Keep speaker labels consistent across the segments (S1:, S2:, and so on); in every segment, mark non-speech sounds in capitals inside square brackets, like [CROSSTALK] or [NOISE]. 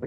S1: The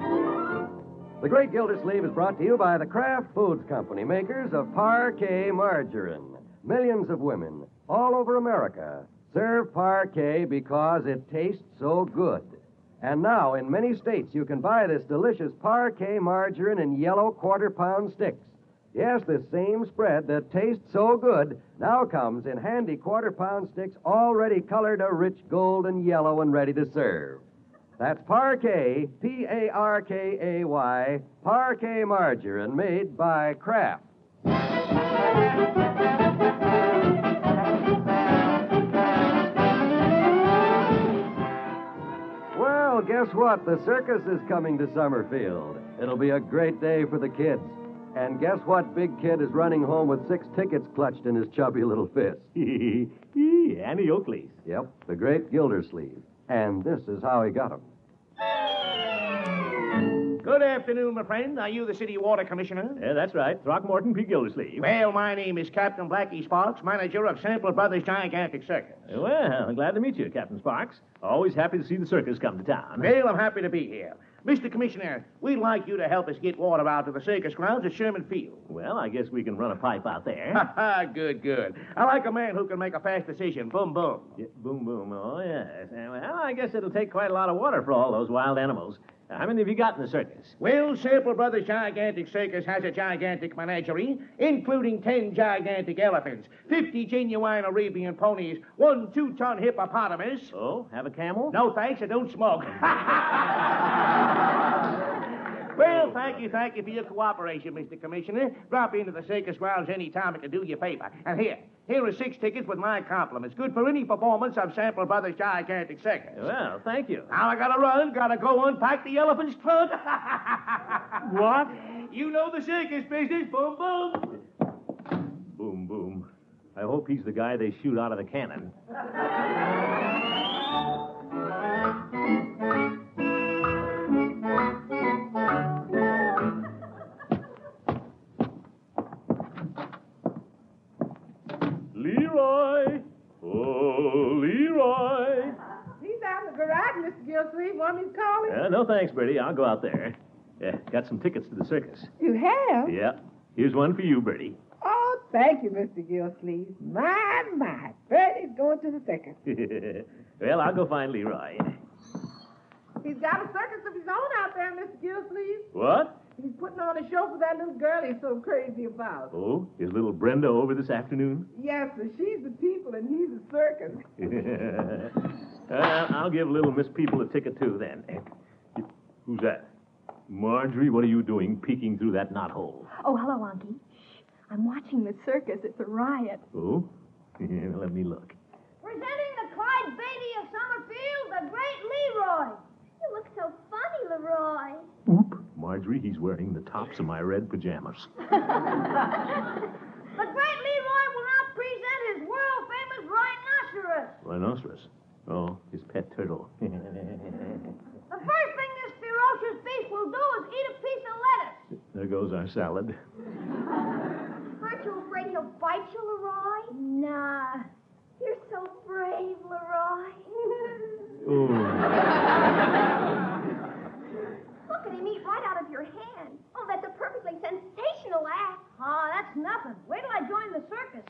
S1: The Great Gildersleeve is brought to you by the Kraft Foods Company, makers of Parquet Margarine. Millions of women all over America serve parquet because it tastes so good. And now, in many states, you can buy this delicious parquet margarine in yellow quarter pound sticks. Yes, this same spread that tastes so good now comes in handy quarter pound sticks already colored a rich golden yellow and ready to serve. That's Parquet, P A R K A Y, Parquet margarine made by Kraft. Well, guess what? The circus is coming to Summerfield. It'll be a great day for the kids. And guess what? Big Kid is running home with six tickets clutched in his chubby little
S2: [LAUGHS]
S1: fist.
S2: Annie Oakley's.
S1: Yep, the great Gildersleeve. And this is how he got him.
S3: Good afternoon, my friend. Are you the city water commissioner?
S2: Yeah, that's right. Throckmorton P. Gildersleeve.
S3: Well, my name is Captain Blackie Sparks, manager of Sample Brothers Gigantic Circus.
S2: Well, glad to meet you, Captain Sparks. Always happy to see the circus come to town.
S3: Well, I'm happy to be here. Mr. Commissioner, we'd like you to help us get water out to the circus grounds at Sherman Field.
S2: Well, I guess we can run a pipe out there.
S3: Ha ha, good, good. I like a man who can make a fast decision. Boom, boom.
S2: Yeah, boom, boom. Oh, yes. Uh, Well, I guess it'll take quite a lot of water for all those wild animals. How many have you got in the circus?
S3: Well, Sample Brothers Gigantic Circus has a gigantic menagerie, including 10 gigantic elephants, 50 genuine Arabian ponies, one two ton hippopotamus.
S2: Oh, have a camel?
S3: No, thanks, I don't smoke. [LAUGHS] well, thank you, thank you for your cooperation, Mr. Commissioner. Drop into the circus grounds any time it can do you a favor. And here, here are six tickets with my compliments. Good for any performance of Sample Brothers Gigantic Circus.
S2: Well, thank you.
S3: Now I gotta run, gotta go unpack the elephant's trunk. [LAUGHS] what? You know the circus business. Boom, boom.
S2: Boom, boom. I hope he's the guy they shoot out of the cannon. Leroy! Oh, Leroy!
S4: He's out in the garage, Mr. Gilsleeve. Want me to call him?
S2: Uh, no thanks, Bertie. I'll go out there. Yeah, got some tickets to the circus.
S4: You have?
S2: Yeah. Here's one for you, Bertie. [LAUGHS]
S4: Oh, thank you, Mr. Gilsleeve. My, my. Bertie's going to the circus.
S2: well, I'll go find Leroy.
S4: He's got a circus of his own out there, Mr. Gilsleeve.
S2: What?
S4: He's putting on a show for that little girl he's so crazy about.
S2: Oh, is little Brenda over this afternoon? [LAUGHS]
S4: Yes, sir. She's the people and he's the circus.
S2: Uh, I'll give little Miss People a ticket, too, then. Eh, Who's that? Marjorie, what are you doing peeking through that knothole?
S5: Oh, hello, Unky. Shh. I'm watching the circus. It's a riot.
S2: Oh? [LAUGHS] Let me look.
S6: Presenting the Clyde Beatty of Summerfield, the great Leroy. You look so funny, Leroy.
S2: Oop. Marjorie, he's wearing the tops of my red pajamas.
S6: The great Leroy will now present his world famous rhinoceros.
S2: Rhinoceros. Oh, his pet turtle.
S6: The first thing this ferocious beast will do is eat a piece of lettuce.
S2: there goes our salad.
S6: Aren't you afraid he'll bite you, Leroy? Nah. You're so brave, Leroy.
S5: [LAUGHS]
S2: Oh.
S6: Look at him eat right out of your hand. Oh, that's a perfectly sensational act. Ah, that's nothing. Wait till I join the circus.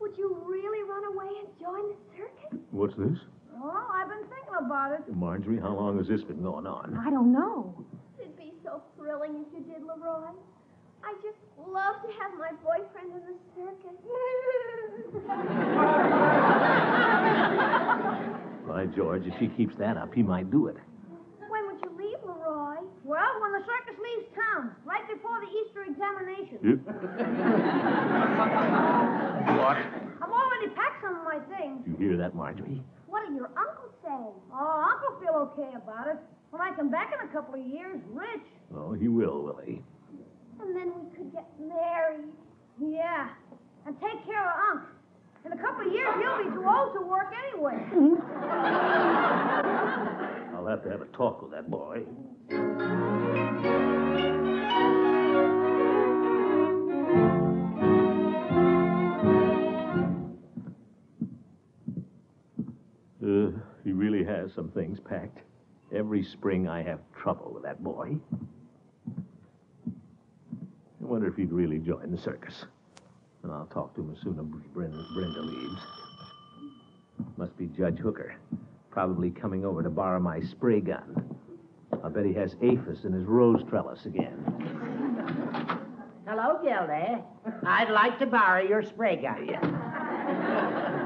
S6: Would you really run away and join the circus?
S2: What's this?
S6: Well, I've been thinking about it.
S2: Marjorie, how long has this been going on?
S5: I don't know.
S6: It'd be so thrilling if you did, Leroy. I just love to have my boyfriend in the circus. [LAUGHS]
S2: By George, if she keeps that up, he might do it.
S6: when would you leave, Leroy? Well, when the circus leaves town, right before the Easter examination. [LAUGHS]
S2: What?
S6: I've already packed some of my things.
S2: You hear that, Marjorie?
S6: What did your uncle say? Oh, Uncle feel okay about it. When I come back in a couple of years, rich.
S2: Oh, he will, will he?
S6: And then we could get married. Yeah. and take care of Unc. In a couple of years, he'll be too old to work anyway.
S2: Mm-hmm. I'll have to have a talk with that boy. Uh, he really has some things packed. Every spring I have trouble with that boy. I wonder if he'd really join the circus. And I'll talk to him as soon as Brenda, Brenda leaves. Must be Judge Hooker. Probably coming over to borrow my spray gun. I bet he has aphis in his rose trellis again.
S7: Hello, Gildy. I'd like to borrow your spray gun.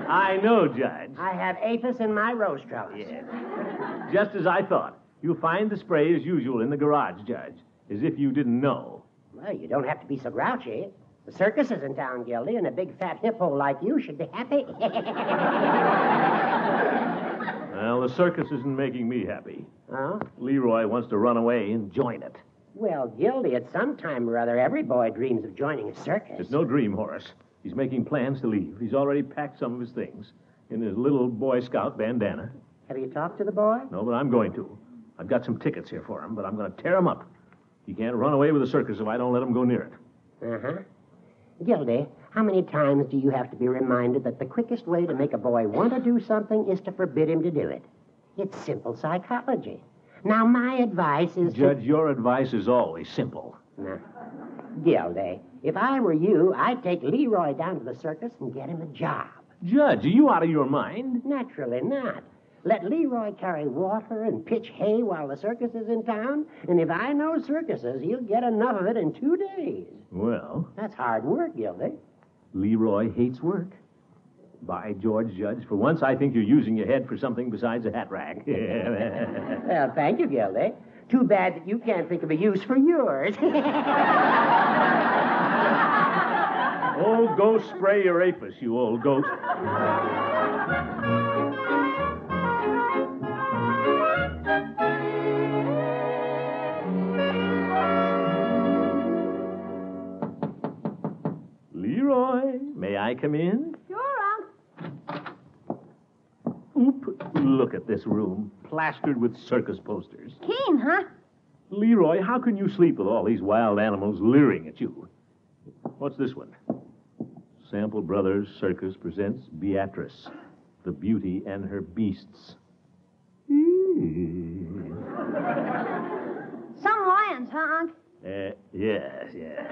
S2: I know, Judge.
S7: I have aphis in my rose trellis.
S2: Just as I thought. You'll find the spray as usual in the garage, Judge. As if you didn't know.
S7: Well, you don't have to be so grouchy. The circus is in town, Gildy, and a big fat hippo like you should be happy.
S2: Well, the circus isn't making me happy.
S7: huh?
S2: Leroy wants to run away and join it.
S7: Well, Gildy, at some time or other, every boy dreams of joining a circus.
S2: It's no dream, Horace. He's making plans to leave. He's already packed some of his things in his little Boy Scout bandana.
S7: Have you talked to the boy?
S2: No, but I'm going to. I've got some tickets here for him, but I'm going to tear him up. He can't run away with the circus if I don't let him go near it.
S7: Uh huh.
S2: Mm-hmm.
S7: Gildy, how many times do you have to be reminded that the quickest way to make a boy want to do something is to forbid him to do it? It's simple psychology. Now, my advice is to-
S2: Judge, your advice is always simple.
S7: Now, Gildy, if I were you, I'd take Leroy down to the circus and get him a job.
S2: Judge, are you out of your mind?
S7: Naturally not. Let Leroy carry water and pitch hay while the circus is in town, and if I know circuses, he'll get enough of it in two days.
S2: Well,
S7: That's hard work, Gildy.
S2: Leroy hates work. By George, Judge, for once I think you're using your head for something besides a hat rack. [LAUGHS]
S7: Well, thank you, Gildy. Too bad that you can't think of a use for yours.
S2: oh, go spray your apis, you old goat. Leroy, may I come in?
S6: [LAUGHS] Sure, Unc.
S2: Oop, look at this room, plastered with circus posters.
S6: Keen, huh?
S2: Leroy, how can you sleep with all these wild animals leering at you? What's this one? Sample Brothers Circus presents Beatrice, the beauty and her beasts.
S6: Some lions, huh, Unc?
S2: Uh, yes, yes.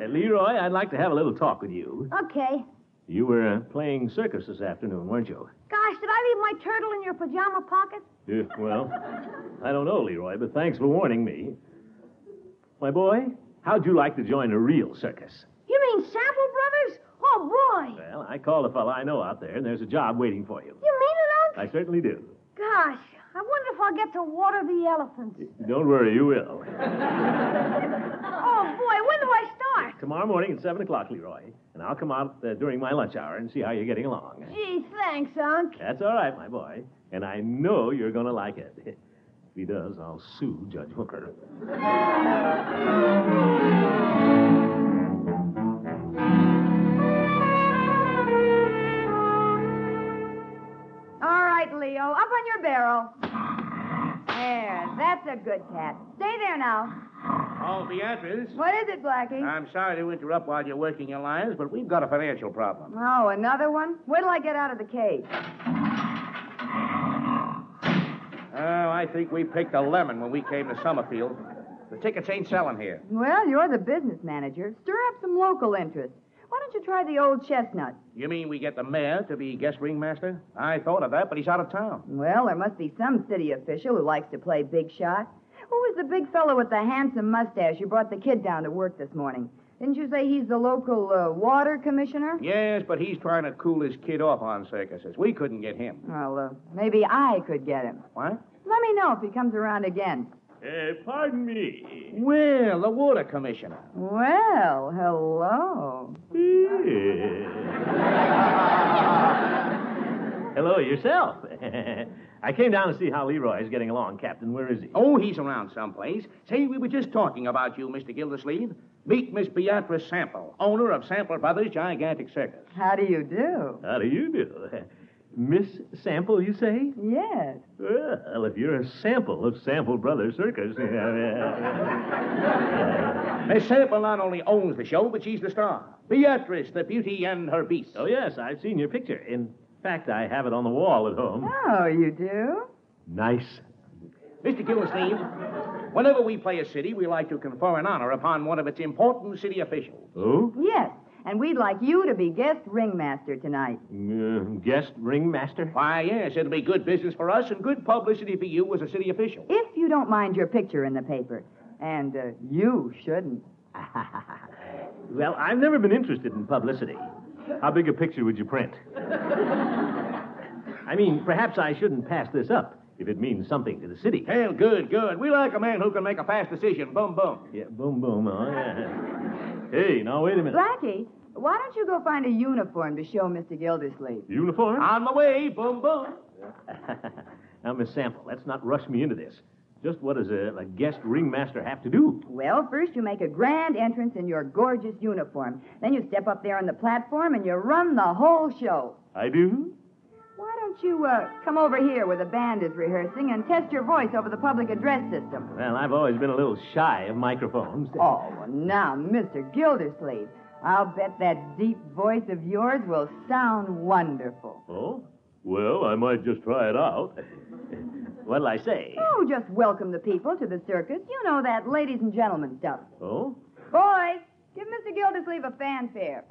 S2: Uh, Leroy, I'd like to have a little talk with you.
S6: [LAUGHS] Okay.
S2: You were uh, playing circus this afternoon, weren't you?
S6: Gosh, did I leave my turtle in your pajama pocket?
S2: Yeah, well, I don't know, Leroy, but thanks for warning me. My boy, how'd you like to join a real circus?
S6: You mean Sample Brothers? Oh, boy.
S2: Well, I called a fellow I know out there, and there's a job waiting for you.
S6: You mean it, Unc?
S2: I certainly do.
S6: Gosh, I wonder if I'll get to water the elephants.
S2: Don't worry, you will.
S6: Oh, boy, when do I start?
S2: Tomorrow morning at 7 o'clock, Leroy, and I'll come out uh, during my lunch hour and see how you're getting along.
S6: Gee, thanks, Unc.
S2: That's all right, my boy, and I know you're going to like it. If he does, I'll sue Judge Hooker.
S6: All right, Leo, up on your barrel. There, that's a good cat. Stay there now.
S3: Oh, Beatrice.
S6: What is it, Blackie?
S3: I'm sorry to interrupt while you're working your lions, but we've got a financial problem.
S6: Oh, another one? Wait till I get out of the cage.
S3: Oh, I think we picked a lemon when we came to Summerfield. The tickets ain't selling here.
S8: Well, you're the business manager. Stir up some local interest. Why don't you try the old chestnut?
S3: You mean we get the mayor to be guest ringmaster? I thought of that, but he's out of town.
S8: Well, there must be some city official who likes to play big shot. Who was the big fellow with the handsome mustache you brought the kid down to work this morning? Didn't you say he's the local uh, water commissioner?
S3: Yes, but he's trying to cool his kid off on circuses. We couldn't get him.
S8: Well, uh, maybe I could get him.
S3: What?
S8: Let me know if he comes around again.
S2: Uh, pardon me.
S3: Well, the water commissioner.
S8: Well,
S2: [LAUGHS]
S8: hello.
S2: Hello, yourself. [LAUGHS] I came down to see how Leroy is getting along, Captain. Where is he?
S3: Oh, he's around someplace. Say, we were just talking about you, Mr. Gildersleeve. Meet Miss Beatrice Sample, owner of Sample Brothers Gigantic Circus.
S8: How do you do?
S2: How do you do? Miss Sample, you say?
S8: Yes.
S2: Well, if you're a sample of Sample Brothers Circus.
S3: Miss Sample not only owns the show, but she's the star. Beatrice, the beauty and her beast.
S2: oh, yes, I've seen your picture. In fact, I have it on the wall at home.
S8: Oh, you do?
S2: Nice.
S3: Mr. Gildersleeve, whenever we play a city, we like to confer an honor upon one of its important city officials.
S2: Oh?
S8: Yes. And we'd like you to be guest ringmaster tonight.
S2: Uh, guest ringmaster?
S3: Why, yes, it'll be good business for us and good publicity for you as a city official.
S8: If you don't mind your picture in the paper. And uh, you shouldn't. [LAUGHS]
S2: Well, I've never been interested in publicity. How big a picture would you print? I mean, perhaps I shouldn't pass this up if it means something to the city.
S3: Hell, good, good. We like a man who can make a fast decision. Boom, boom.
S2: Yeah, boom, boom. Oh, yeah.
S3: [LAUGHS]
S2: Hey, now, wait a minute.
S8: Blackie, why don't you go find a uniform to show Mr. Gildersleeve?
S2: Uniform?
S3: On my way, boom, boom.
S2: [LAUGHS] now, Miss Sample, let's not rush me into this. Just what does a, a guest ringmaster have to do?
S8: Well, first you make a grand entrance in your gorgeous uniform. Then you step up there on the platform and you run the whole show.
S2: I do?
S8: Why don't you uh, come over here where the band is rehearsing and test your voice over the public address system?
S2: Well, I've always been a little shy of microphones.
S8: Oh, well, now, Mr. Gildersleeve, I'll bet that deep voice of yours will sound wonderful.
S2: Oh? Well, I might just try it out. [LAUGHS] What'll I say?
S8: Oh, just welcome the people to the circus. You know that ladies and gentlemen stuff.
S2: Oh?
S8: Boys, give Mr. Gildersleeve a fanfare.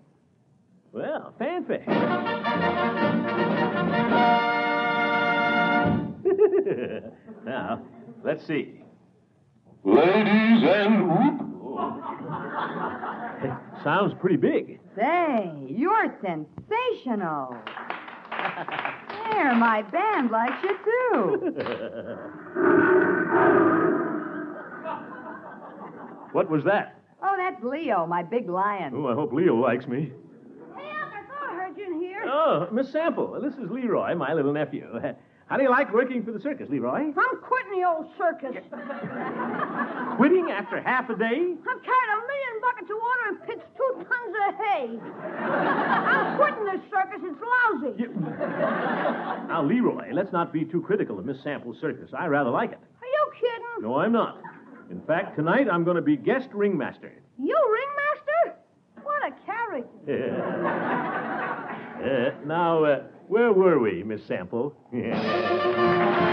S2: Well, fanfare. [LAUGHS] now, let's see.
S9: Ladies and whoop.
S2: Oh. Sounds pretty big. [LAUGHS]
S8: Say, you're sensational. there, my band likes you too.
S2: [LAUGHS] What was that?
S8: Oh, that's Leo, my big lion.
S2: Oh, I hope Leo likes me.
S6: Hey, Alf, I thought I heard you in here.
S2: Oh, Miss Sample, this is Leroy, my little nephew. [LAUGHS] How do you like working for the circus, Leroy?
S6: I'm quitting the old circus.
S2: Quitting after half a day?
S6: I'm carrying a million buckets of water and pitched two tons of hay. I'm quitting this circus. It's lousy.
S2: Now, Leroy, let's not be too critical of Miss Sample's circus. I rather like it.
S6: Are you kidding?
S2: No, I'm not. In fact, tonight I'm going to be guest ringmaster.
S6: You ringmaster? What a character.
S2: Uh, now, uh, where were we, Miss Sample? [LAUGHS]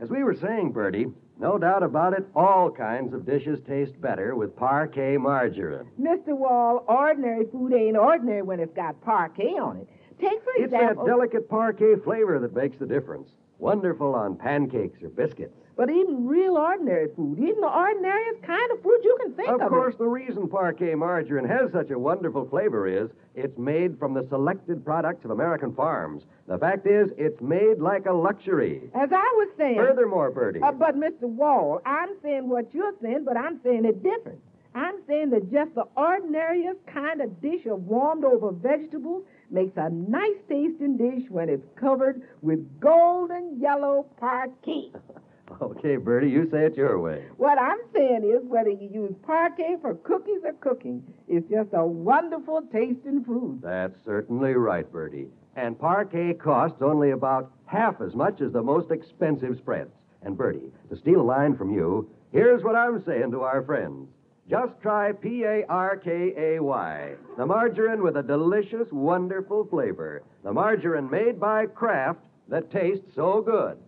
S1: As we were saying, Bertie, no doubt about it, all kinds of dishes taste better with parquet margarine.
S4: Mr. Wall, ordinary food ain't ordinary when it's got parquet on it. Take, for
S1: It's that
S4: example,
S1: delicate parquet flavor that makes the difference. Wonderful on pancakes or biscuits.
S4: but even real ordinary food, even the ordinariest kind of food you can think
S1: Of
S4: of.
S1: course, the reason parquet margarine has such a wonderful flavor is it's made from the selected products of American farms. The fact is, it's made like a luxury.
S4: It. As I was saying,
S1: Furthermore, Bertie,
S4: uh, but Mr. Wall, I'm saying what you're saying, but I'm saying it different. I'm saying that just the ordinariest kind of dish of warmed over vegetables makes a nice tasting dish when it's covered with golden yellow parquet.
S1: [LAUGHS] okay, Bertie, you say it your way.
S4: What I'm saying is, whether you use parquet for cookies or cooking, it's just a wonderful tasting food.
S1: That's certainly right, Bertie. And parquet costs only about half as much as the most expensive spreads. And Bertie, to steal a line from you, here's what I'm saying to our friends. Just try P A R K A Y, the margarine with a delicious, wonderful flavor. The margarine made by Kraft that tastes so good.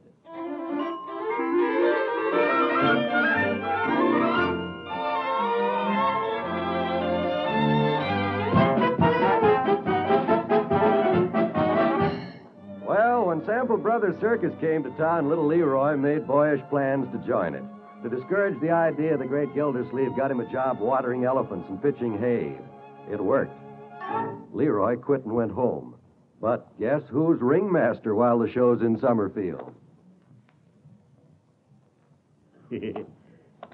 S1: Well, when Sample Brothers Circus came to town, little Leroy made boyish plans to join it. To discourage the idea, the great Gildersleeve got him a job watering elephants and pitching hay. It worked. Leroy quit and went home. But guess who's ringmaster while the show's in Summerfield?
S2: [LAUGHS]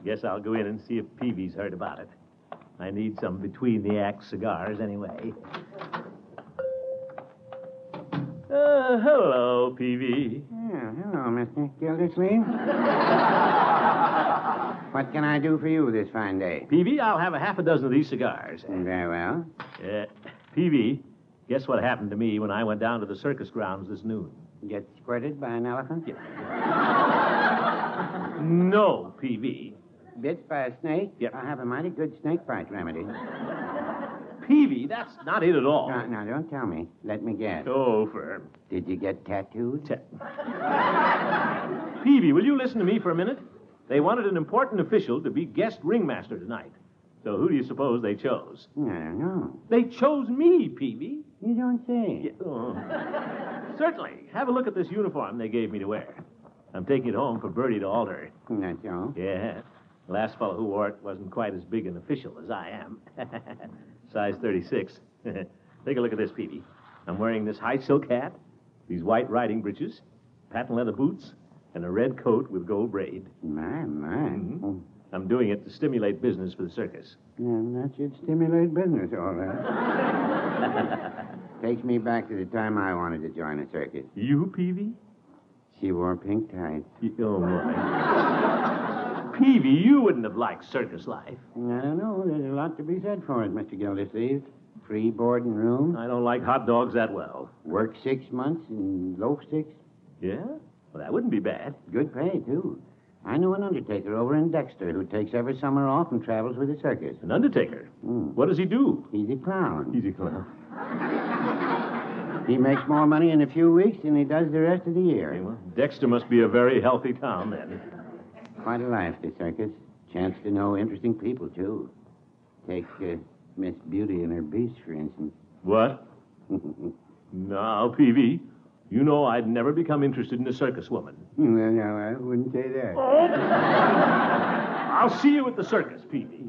S2: Guess I'll go in and see if Peavy's heard about it. I need some between the act cigars anyway. Uh, hello, Peavy.
S10: Yeah, hello, Mr. Gildersleeve. what can I do for you this fine day?
S2: Peavy, I'll have a half a dozen of these cigars.
S10: eh? Very well.
S2: Uh, Peavy, guess what happened to me when I went down to the circus grounds this noon?
S10: Get squirted by an elephant?
S2: No, Peavy.
S10: Bit by a snake? Yep. I have a mighty good snake bite remedy.
S2: Peavy, that's not it at all.
S10: Uh, Now, now, don't tell me. Let me guess.
S2: Go firm.
S10: Did you get tattooed?
S2: Peavy, will you listen to me for a minute? They wanted an important official to be guest ringmaster tonight. So who do you suppose they chose?
S10: I don't know.
S2: They chose me, Peavy. oh.
S10: You don't say.
S2: Certainly. Have a look at this uniform they gave me to wear. I'm taking it home for Bertie to alter.
S10: That's all.
S2: Yeah. The last fellow who wore it wasn't quite as big an official as I am. [LAUGHS] Size 36. [LAUGHS] Take a look at this, Peavy. I'm wearing this high silk hat, these white riding breeches, patent leather boots, and a red coat with gold braid.
S10: My, my. Oh.
S2: Mhm. I'm doing it to stimulate business for
S10: [LAUGHS]
S2: the circus.
S10: Yeah, that should stimulate business, all right. [LAUGHS] Takes me back to the time I wanted to join a circus.
S2: You, Peavy?
S10: She wore pink tights.
S2: Oh, Peavy, you wouldn't have liked circus life.
S10: I don't know. There's a lot to be said for it, Mr. Gildersleeve. Free board and room.
S2: I don't like hot dogs that well.
S10: Work six months and loaf six.
S2: Yeah? Well, that wouldn't be bad.
S10: Good pay, too. I know an undertaker over in Dexter who takes every summer off and travels with the circus. Hmm.
S2: An undertaker? What does he do?
S10: He's a clown.
S2: He's a clown.
S10: He makes more money in a few weeks than he does the rest of the year.
S2: Dexter must be a very healthy town, then.
S10: Quite a life, the circus. Chance to know interesting people, too. Take uh, Miss Beauty and her Beast, for instance.
S2: What? [LAUGHS] now, Peavy, you know I'd never become interested in a circus woman.
S10: Well, no, I wouldn't say that.
S2: I'll see you at the circus, Peavy.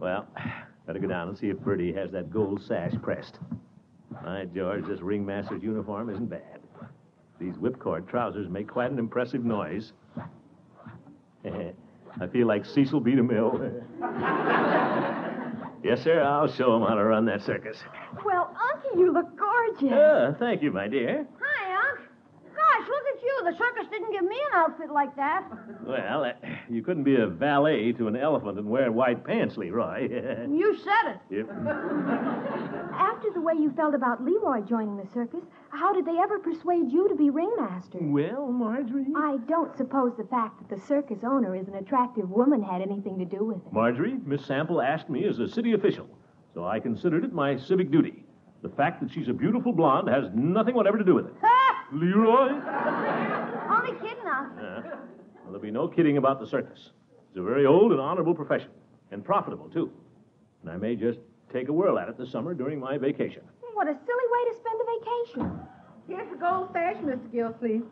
S2: Well, better go down and see if Bertie has that gold sash pressed. My George, this ringmaster's uniform isn't bad. These whipcord trousers make quite an impressive noise. [LAUGHS] I feel like Cecil B. DeMille. yes, sir, I'll show him how to run that circus.
S6: Well, Unky, you look gorgeous.
S2: Ah, thank you, my dear.
S6: Hi, Unc. Gosh, look at you. The circus didn't give me an outfit like that.
S2: Well, uh, you couldn't be a valet to an elephant and wear white pants, Leroy. [LAUGHS]
S6: You said it.
S2: Yep.
S5: After the way you felt about Leroy joining the circus, how did they ever persuade you to be ringmaster?
S2: Well, Marjorie.
S5: I don't suppose the fact that the circus owner is an attractive woman had anything to do with
S2: [LAUGHS]
S5: it.
S2: Marjorie, Miss Sample asked me as a city official, so I considered it my civic duty. The fact that she's a beautiful blonde has nothing whatever to do with it. Leroy?
S6: Only kidding, Unc.
S2: Uh, well, there'll be no kidding about the circus. It's a very old and honorable profession, and profitable, too. And I may just take a whirl at it this summer during my vacation.
S5: What a silly way to spend a vacation.
S4: Here's the gold sash, Mr.
S5: [LAUGHS]
S4: Gilsleeve.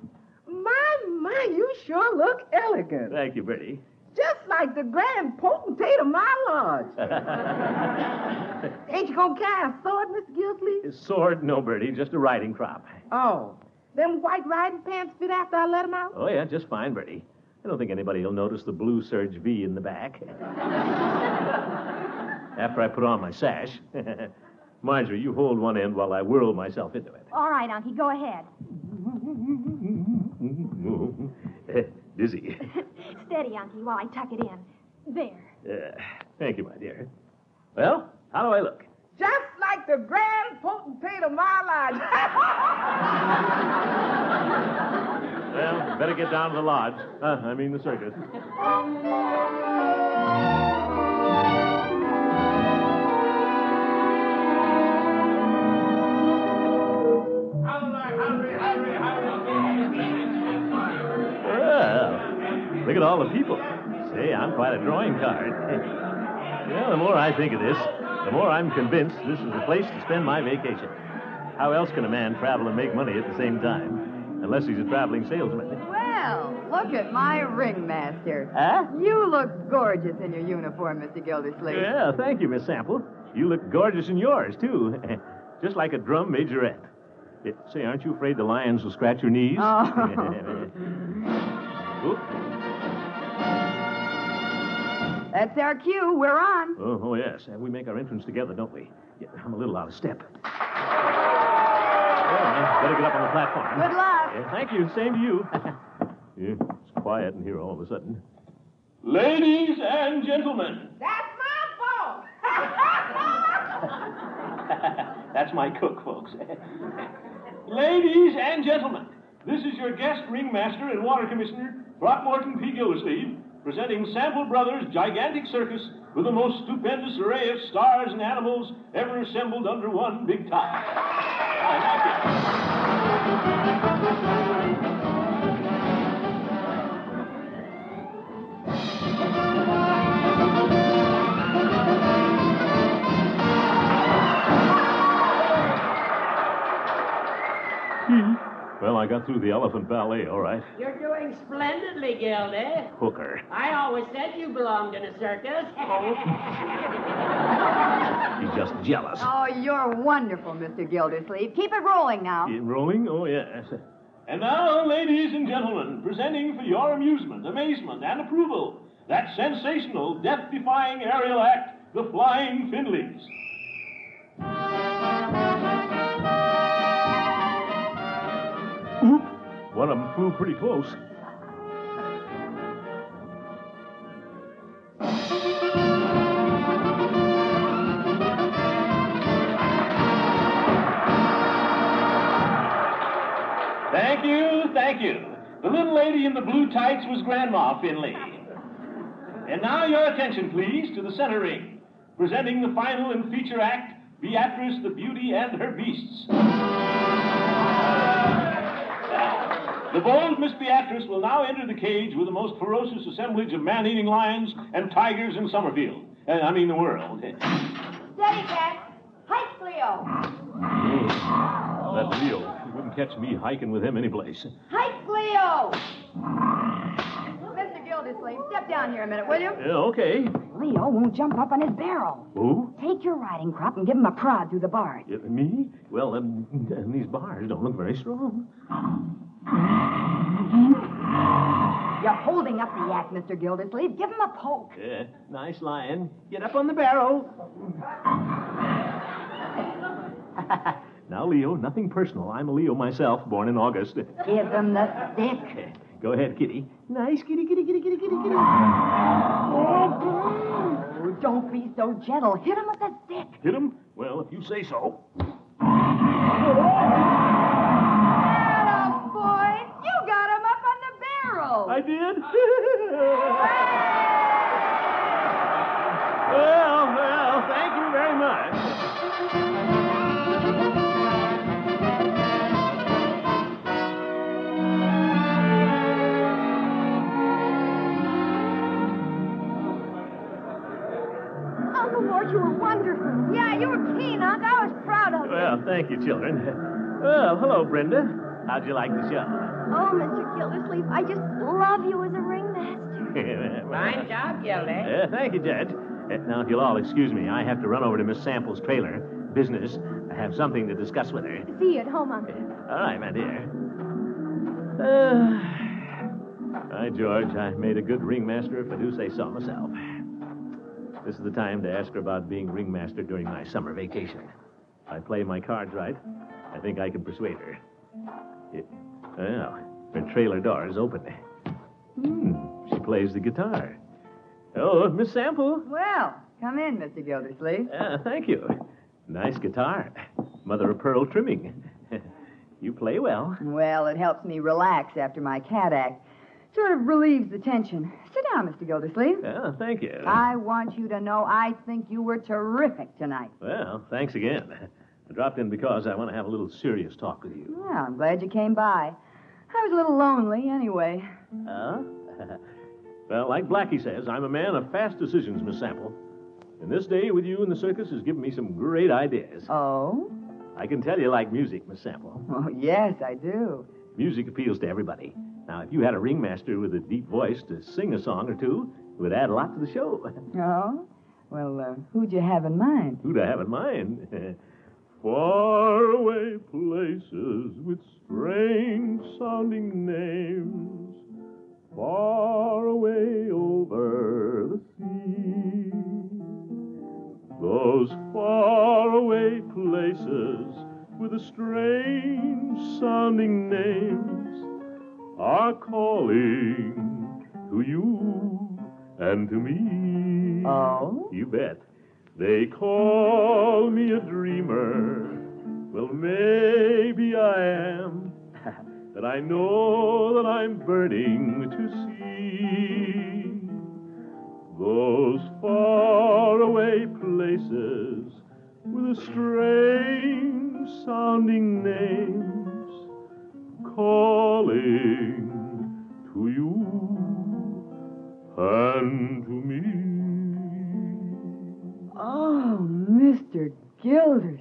S4: My, my, you sure look elegant.
S2: Thank you, Bertie. [LAUGHS]
S4: Just like the grand potentate of my lodge. Ain't you gonna carry a sword, Mr. Gilsleeve?
S2: Sword, no, Bertie, just a riding crop.
S4: Oh, them white riding pants fit after I let 'em out?
S2: [LAUGHS] Oh, yeah, just fine, Bertie. I don't think anybody will notice the blue serge V in the back. After I put on my sash. [LAUGHS] Marjorie, you hold one end while I whirl myself into it. [LAUGHS]
S6: All right, Unky, go ahead.
S2: Eh, Dizzy.
S6: Steady, Unky, while I tuck it in. There.
S2: Uh, thank you, my dear. Well, how do I look?
S4: Just like the grand potentate of my lodge.
S2: Well, better get down to the lodge. Uh, I mean, the circus. Well, look at all the people. Say, I'm quite a drawing card. [LAUGHS] well, the more I think of this, the more I'm convinced this is the place to spend my vacation. How else can a man travel and make money at the same time? Unless he's a traveling salesman.
S8: Well, look at my ringmaster.
S2: Huh?
S8: You look gorgeous in your uniform, Mr. Gildersleeve.
S2: Yeah, thank you, Miss Sample. You look gorgeous in yours, too. [LAUGHS] Just like a drum majorette. Eh, say, aren't you afraid the lions will scratch your knees?
S8: Oh.
S2: [LAUGHS] Oop.
S8: That's our cue. We're on.
S2: Oh, oh, yes. Uh, We make our entrance together, don't we? Yeah, I'm a little out of step. Well, I better get up on the platform.
S8: Good luck.
S2: Yeah, thank you. Same to you. [LAUGHS] yeah, it's quiet in here all of a sudden.
S11: Ladies and gentlemen,
S12: That's my fault.
S4: [LAUGHS]
S11: that's my cook, folks. [LAUGHS] Ladies and gentlemen, this is your guest ringmaster and water commissioner, Throckmorton P. Gildersleeve, presenting Sample Brothers' gigantic circus with the most stupendous array of stars and animals ever assembled under one big top.
S2: Well, I got through the elephant ballet, all right.
S13: [LAUGHS] You're doing splendidly, Gildy.
S2: Hooker.
S13: I always said you belonged in a circus.
S2: He's just jealous.
S8: [LAUGHS] Oh, you're wonderful, Mr. Gildersleeve. Keep it rolling now.
S2: Yeah, Rolling? Oh, yes.
S11: And now, ladies and gentlemen, presenting for your amusement, amazement, and approval, that sensational, death defying aerial act, the Flying Finleys.
S2: Oop. One of them flew pretty close.
S11: Thank you, thank you. The little lady in the blue tights was Grandma Finley. And now your attention, please, to the center ring, presenting the final and feature act, Beatrice the Beauty and Her Beasts. The bold Miss Beatrice will now enter the cage with the most ferocious assemblage of man-eating lions and tigers in Summerfield. Uh, I mean the world.
S6: Steady, Cat. Hike, Leo.
S2: That Leo. He wouldn't catch me hiking with him anyplace.
S8: Hike, Leo! Mr. Gildersleeve, step down here a minute, will you?
S2: Yeah, okay.
S8: Leo won't jump up on his barrel.
S2: Who?
S8: Take your riding crop and give him a prod through the bars.
S2: Uh, me? Well, um, these bars don't look very strong.
S8: You're holding up the act, Mr. Gildersleeve. Give him a poke.
S2: Yeah, nice lion. Get up on the barrel. [LAUGHS] Now, Leo, nothing personal. I'm a Leo myself, born in August.
S8: Give him the stick.
S2: Go ahead, kitty.
S8: Nice, kitty, kitty, kitty, kitty, kitty, kitty. Oh, don't be so gentle. Hit him with the stick.
S2: Hit him? Well, if you say so.
S8: Boy, you got him up on the barrel.
S2: I did? well, well, thank you very much.
S6: Uncle Mort, Oh, you were wonderful. Yeah, you were keen, Unc. I was proud of you.
S2: Well, thank you, children. Well, hello, Brenda. How'd you like the
S6: [LAUGHS]
S2: show?
S6: Oh, Mr. Gildersleeve, I just love you as a ringmaster.
S13: Fine job, Gildy.
S2: Yeah, thank you, Judge. Uh, Now, if you'll all excuse me, I have to run over to Miss Sample's trailer. Business. I have something to discuss with her.
S6: See you at home, Uncle.
S2: All right, my dear. Uh, hi, George. I made a good ringmaster if I do say so myself. This is the time to ask her about being ringmaster during my summer vacation. If I play my cards right, I think I can persuade her. It, well, her trailer door is open. Hmm, she plays the guitar. Oh, Miss Sample.
S8: Well, come in, Mr. Gildersleeve.
S2: Ah, thank you. Nice guitar. Mother of pearl trimming. [LAUGHS] you play well.
S8: Well, it helps me relax after my cat act. Sort of relieves the tension. Sit down, Mr. Gildersleeve.
S2: Ah, thank you.
S8: I want you to know I think you were terrific tonight.
S2: Well, thanks again. I dropped in because I want to have a little serious talk with you.
S8: Well, I'm glad you came by. I was a little lonely anyway.
S2: Huh? [LAUGHS] well, like Blackie says, I'm a man of fast decisions, Miss Sample. And this day with you in the circus has given me some great ideas.
S8: Oh?
S2: I can tell you like music, Miss Sample.
S8: [LAUGHS] Oh, yes, I do.
S2: Music appeals to everybody. Now, if you had a ringmaster with a deep voice to sing a song or two, it would add a lot to the show. [LAUGHS]
S8: Oh? Well, uh, who'd you have in mind?
S2: Who'd I have in mind? [LAUGHS] Far away places with strange sounding names, far away over the sea.
S12: the strange sounding names are calling to you and to me.
S4: Oh?
S12: You bet. They call me a dreamer. Well, maybe I am. But I know that I'm burning to see those faraway places with the strange sounding names calling to you and to me.
S8: Oh, Mr. Gildersleeve.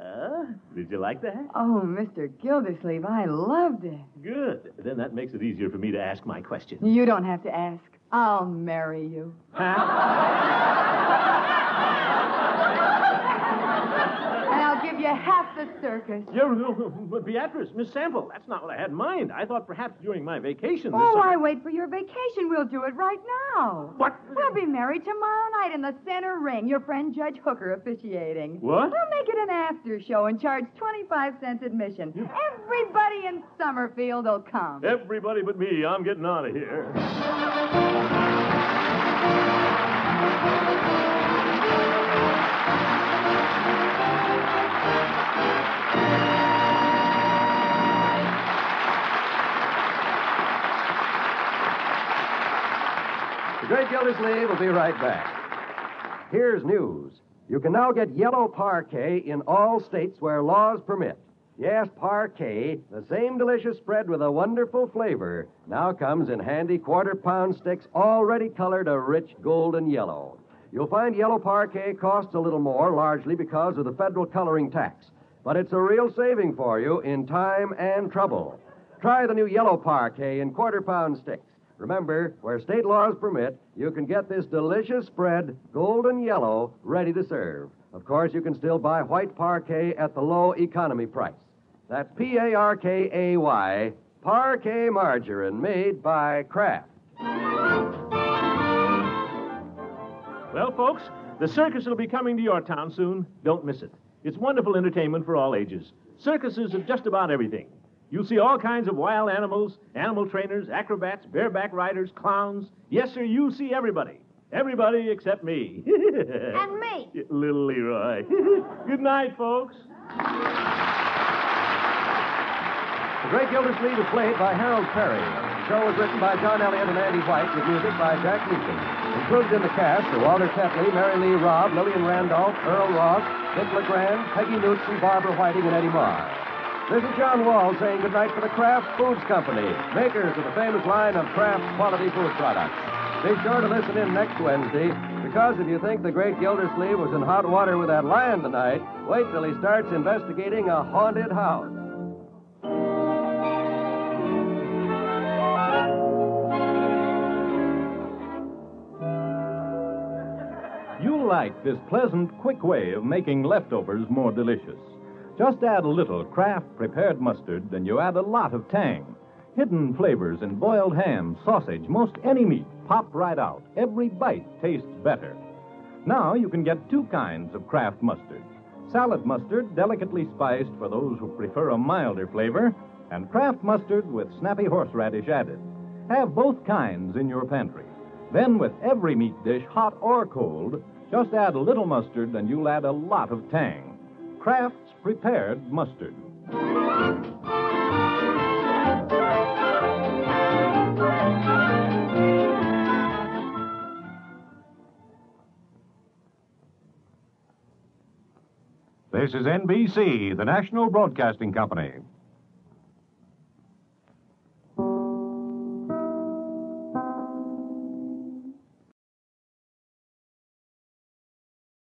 S2: Uh, did you like that?
S8: Oh, Mr. Gildersleeve, I loved it.
S2: Good. Then that makes it easier for me to ask my question.
S8: You don't have to ask. I'll marry you. and [LAUGHS] I'll give you half the circus.
S2: Yeah, no, but [LAUGHS] Beatrice, Miss Sample, that's not what I had in mind. I thought perhaps during my vacation this
S8: Oh,
S2: summer.
S8: why wait for your vacation? We'll do it right now.
S2: What?
S8: We'll be married tomorrow night in the center ring. Your friend Judge Hooker officiating.
S2: What?
S8: We'll make it an after show and charge 25 cents admission. Everybody in Summerfield will come.
S12: Everybody but me, I'm getting out of here.
S1: The Great Gildersleeve will be right back. Here's news. You can now get yellow parquet in all states where laws permit. Yes, parquet, the same delicious spread with a wonderful flavor, now comes in handy quarter pound sticks already colored a rich golden yellow. You'll find yellow parquet costs a little more, largely because of the federal coloring tax. But it's a real saving for you in time and trouble. Try the new yellow parquet in quarter pound sticks. Remember, where state laws permit, you can get this delicious spread, golden yellow, ready to serve. Of course, you can still buy white parquet at the low economy price. That's P A R K A Y, parquet margarine made by Kraft.
S2: Well, folks, the circus will be coming to your town soon. Don't miss it. It's wonderful entertainment for all ages. Circuses of just about everything. You'll see all kinds of wild animals, animal trainers, acrobats, bareback riders, clowns. Yes, sir, you'll see everybody. Everybody except me. [LAUGHS] and
S6: me.
S2: Little Leroy. [LAUGHS] Good night, folks.
S1: The Great Gildersleeve is played by Harold Perry. The show was written by John Elliott and Andy White with music by Jack Meakin. Included in the cast are Walter Tetley, Mary Lee Robb, Lillian Randolph, Earl Ross, Dick LeGrand, Peggy Knudsen, Barbara Whiting, and Eddie Marr. This is John Wall saying goodnight for the Kraft Foods Company, makers of the famous line of Kraft quality food products. Be sure to listen in next Wednesday, because if you think the Great Gildersleeve was in hot water with that lion tonight, wait till he starts investigating a haunted house.
S14: You'll like this pleasant, quick way of making leftovers more delicious. Just add a little Kraft prepared mustard, and you add a lot of tang. Hidden flavors in boiled ham, sausage, most any meat pop right out. Every bite tastes better. Now you can get two kinds of Kraft mustard salad mustard, delicately spiced for those who prefer a milder flavor, and Kraft mustard with snappy horseradish added. Have both kinds in your pantry. Then, with every meat dish, hot or cold, just add a little mustard and you'll add a lot of tang. Kraft's prepared mustard.
S15: This is NBC, the national broadcasting company.